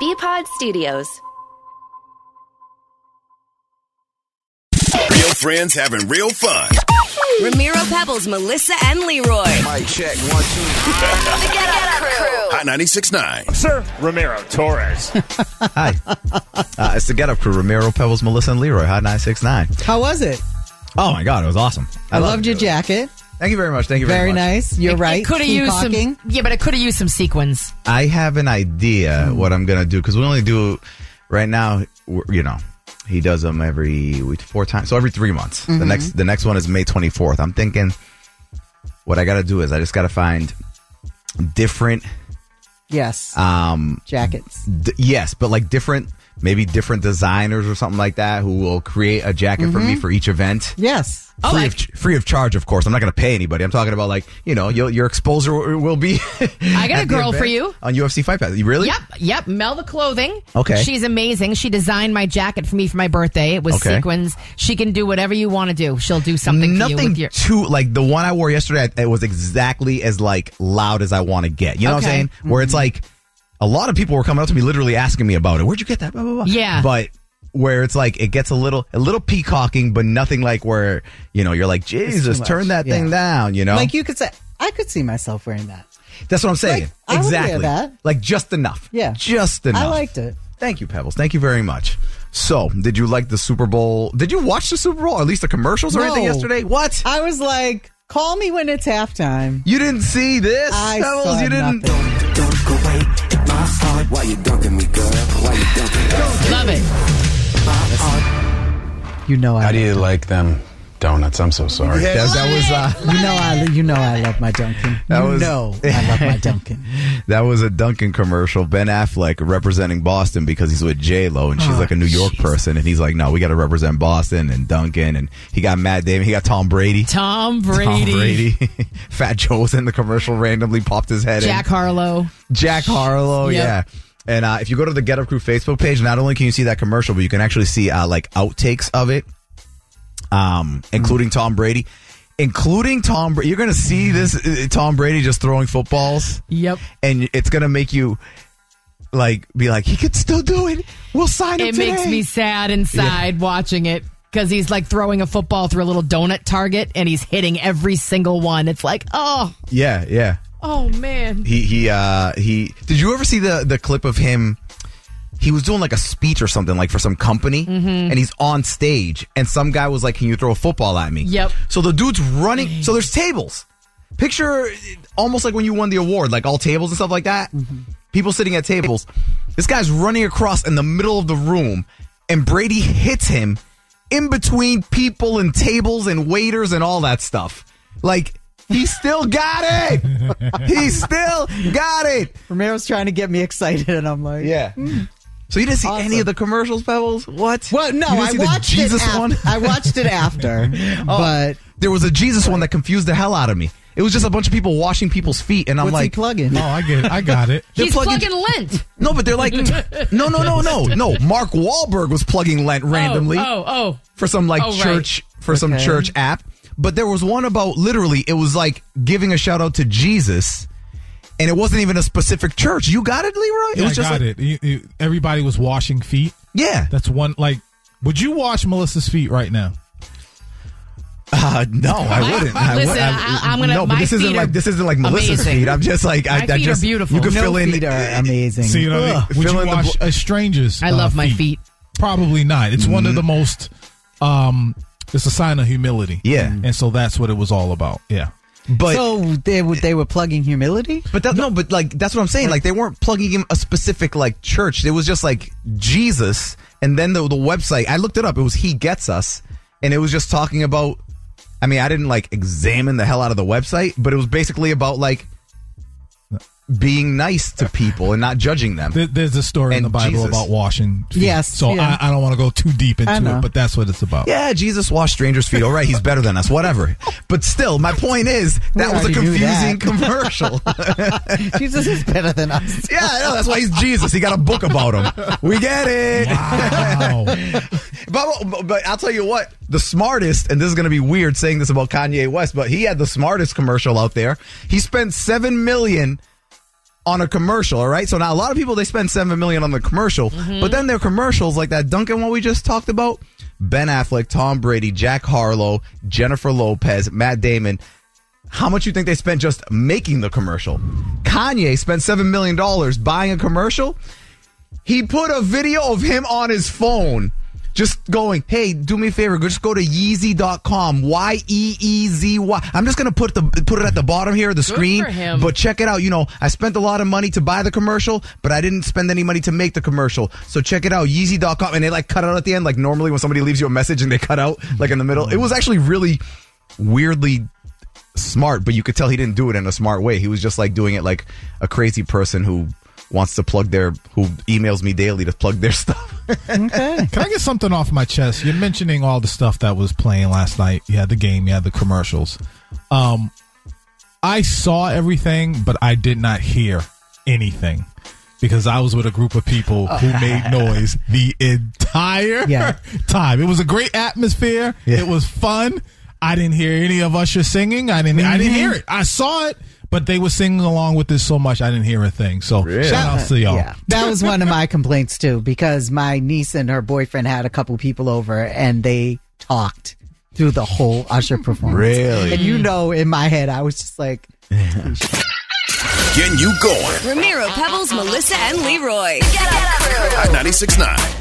Bpod Studios. Real friends having real fun. Ramiro Pebbles, Melissa, and Leroy. Mic check one two. The Get Up Crew. Hot 96.9. Sir Romero Torres. Hi. Uh, it's the Get Up Crew, Romero, Pebbles, Melissa, and Leroy, Hot 969. How was it? Oh my God, it was awesome. I, loved your it. jacket. Thank you very much. Thank you very, Very much. nice. You're right. Could have used Peacocking. some. Yeah, but it could have used some sequins. I have an idea what I'm going to do because we only do right now, we're- you know. He does them every week, four times. So every three months. The next, the next one is May twenty fourth. I'm thinking, what I got to do is I just got to find different, Yes. um, Jackets. d- yes, but like different, maybe different designers or something like that who will create a jacket for me for each event. Yes. Oh, free of ch- free of charge, of course. I'm not going to pay anybody. I'm talking about like you know your your exposure w- will be. I got at a the girl for event you. on UFC Fight Pass. You really? Yep, yep. Mel the clothing. Okay. She's amazing. She designed my jacket for me for my birthday. It was Okay. sequins. She can do whatever you want to do. She'll do something for you Nothing with your too like the one I wore yesterday. It was exactly as like loud as I want to get. You know what I'm Okay. Mm-hmm. saying? Where it's like a lot of people were coming up to me, literally asking me about it. Where'd you get that? Blah, blah, blah. Yeah. But where it's like it gets a little a little peacocking, but nothing like where you know you're like Jesus, much. turn that Yeah. thing down. You know, Like you could say, I could see myself wearing that. that's what I'm saying. like, I would wear exactly. that. Like just enough. Yeah. Just enough. I liked it. Thank you, Pebbles. Thank you very much. So, did you like the Super Bowl? Did you watch the Super Bowl, or at least the commercials or anything No. yesterday? What? I was like, call me when it's halftime. you didn't see this, I Pebbles? saw you didn't. nothing. Don't go away, my heart. Why you dunking me, girl? Why you dunking me? love it. You know I. How do love- you like them donuts? I'm so sorry. That, that was uh, You know I. You know I love my Duncan. That you was- know I love my Duncan. that was a Duncan commercial. Ben Affleck representing Boston because he's with J Lo and she's Oh, like a New York person, and he's like, no, we got to represent Boston and Duncan, and he got Matt Damon, he got Tom Brady. Tom Brady. Tom Brady. Fat Joe was in the commercial randomly popped his head in. Jack Harlow. Jack Harlow, Yep. yeah. And uh, if you go to the Get Up Crew Facebook page, not only can you see that commercial, but you can actually see uh, like outtakes of it, um, Mm. including Tom Brady, including Tom. Bra- You're gonna see this uh, Tom Brady just throwing footballs, Yep. and it's gonna make you like be like, he could still do it. We'll sign him. It makes today." me sad inside watching it because he's like throwing a football through a little donut target and he's hitting every single one. It's like, oh, Yeah, yeah. oh man. He he uh he. Did you ever see the the clip of him? He was doing like a speech or something like for some company, and he's on stage, and some guy was like, "Can you throw a football at me?" Yep. So the dude's running. So there's tables. Picture uh, almost like when you won the award, like all tables and stuff like that. Mm-hmm. People sitting at tables. This guy's running across in the middle of the room, and Brady hits him in between people and tables and waiters and all that stuff. Like he still got it. he still got it. Romero's trying to get me excited, and I'm like, Yeah. So you didn't see any Awesome. of the commercials, Pebbles? What? Well, no, You didn't I see the watched Jesus it. af- one. Oh. I watched it after, but There was a Jesus one that confused the hell out of me. It was just a bunch of people washing people's feet, and I'm what's he like, plugging? Oh, I get it. I got it. He's plugging- plugging, lint. no, but they're like, no, no, no, no, no. Mark Wahlberg was plugging Lent randomly Oh, oh, for some like Oh, right. church for some Okay. church app. But there was one about literally, it was like giving a shout out to Jesus, and it wasn't even a specific church. You got it, Leroy? it Yeah, was I just got like, it. You- you- Everybody was washing feet. yeah. That's one. Like, would you wash Melissa's feet right now? Uh, no, I wouldn't. I Listen, would, I- I'm gonna- No, but my this isn't feet like are this isn't like Melissa's amazing. feet. I'm just like I, My I feet are just beautiful. You could no fill in. feet are amazing. See you know what I mean? Ugh. Would Fill you in the wash bl- a stranger's? I uh, love my feet. Probably not. It's one of Mm-hmm. the most. Um, it's a sign of humility. Yeah. and so that's what it was all about. Yeah. but so they were they were plugging humility. But that, no, but like that's what I'm saying. Like they weren't plugging in a specific like church. It was just like Jesus, and then the the website. I looked it up. It was He Gets Us, and it was just talking about. I mean, I didn't like examine the hell out of the website, but it was basically about like being nice to people and not judging them. There- There's a story in And the Bible Jesus. about washing. Feet. Yes, So yeah. I, I don't want to go too deep I into know. it, but that's what it's about. Yeah, Jesus washed strangers' feet. All right, he's better than us. Whatever. But still, my point is that We was a already confusing knew that. commercial. Jesus is better than us. yeah, I know, that's why he's Jesus. He got a book about him. We get it. Wow. But, but, but I'll tell you what, the smartest, and this is going to be weird saying this about Kanye West, but he had the smartest commercial out there. He spent seven million on a commercial, all right? So now a lot of people they spend seven million on the commercial, but then their commercials like that Duncan one we just talked about, Ben Affleck, Tom Brady, Jack Harlow, Jennifer Lopez, Matt Damon. How much you think they spent just making the commercial? Kanye spent seven million dollars buying a commercial. He put a video of him on his phone. Just going, hey, do me a favor, just go to Yeezy.com, Y E E Z Y. I'm just gonna put the put it at the bottom here of the screen. for him. But check it out. You know, I spent a lot of money to buy the commercial, but I didn't spend any money to make the commercial. So check it out, Yeezy.com. And they like cut out at the end, like normally when somebody leaves you a message and they cut out like in the middle. It was actually really weirdly smart, but you could tell he didn't do it in a smart way. He was just like doing it like a crazy person who wants to plug their who emails me daily to plug their stuff. Can I get something off my chest? You're mentioning all the stuff that was playing last night. You had the game, you had the commercials. Um, I saw everything, but I did not hear anything because I was with a group of people who made noise the entire Yeah. time. It was a great atmosphere. Yeah. It was fun. I didn't hear any of Usher singing. I didn't. I didn't hear it. Mm-hmm. I saw it, but they were singing along with this so much I didn't hear a thing. So shout out to y'all. Yeah, that was one of my complaints too, because my niece and her boyfriend had a couple people over, and they talked through the whole Usher performance. Really? And you know, in my head, I was just like, Getting you going. Ramiro Pebbles, Melissa, and Leroy. Get up, crew. Hot 96.9.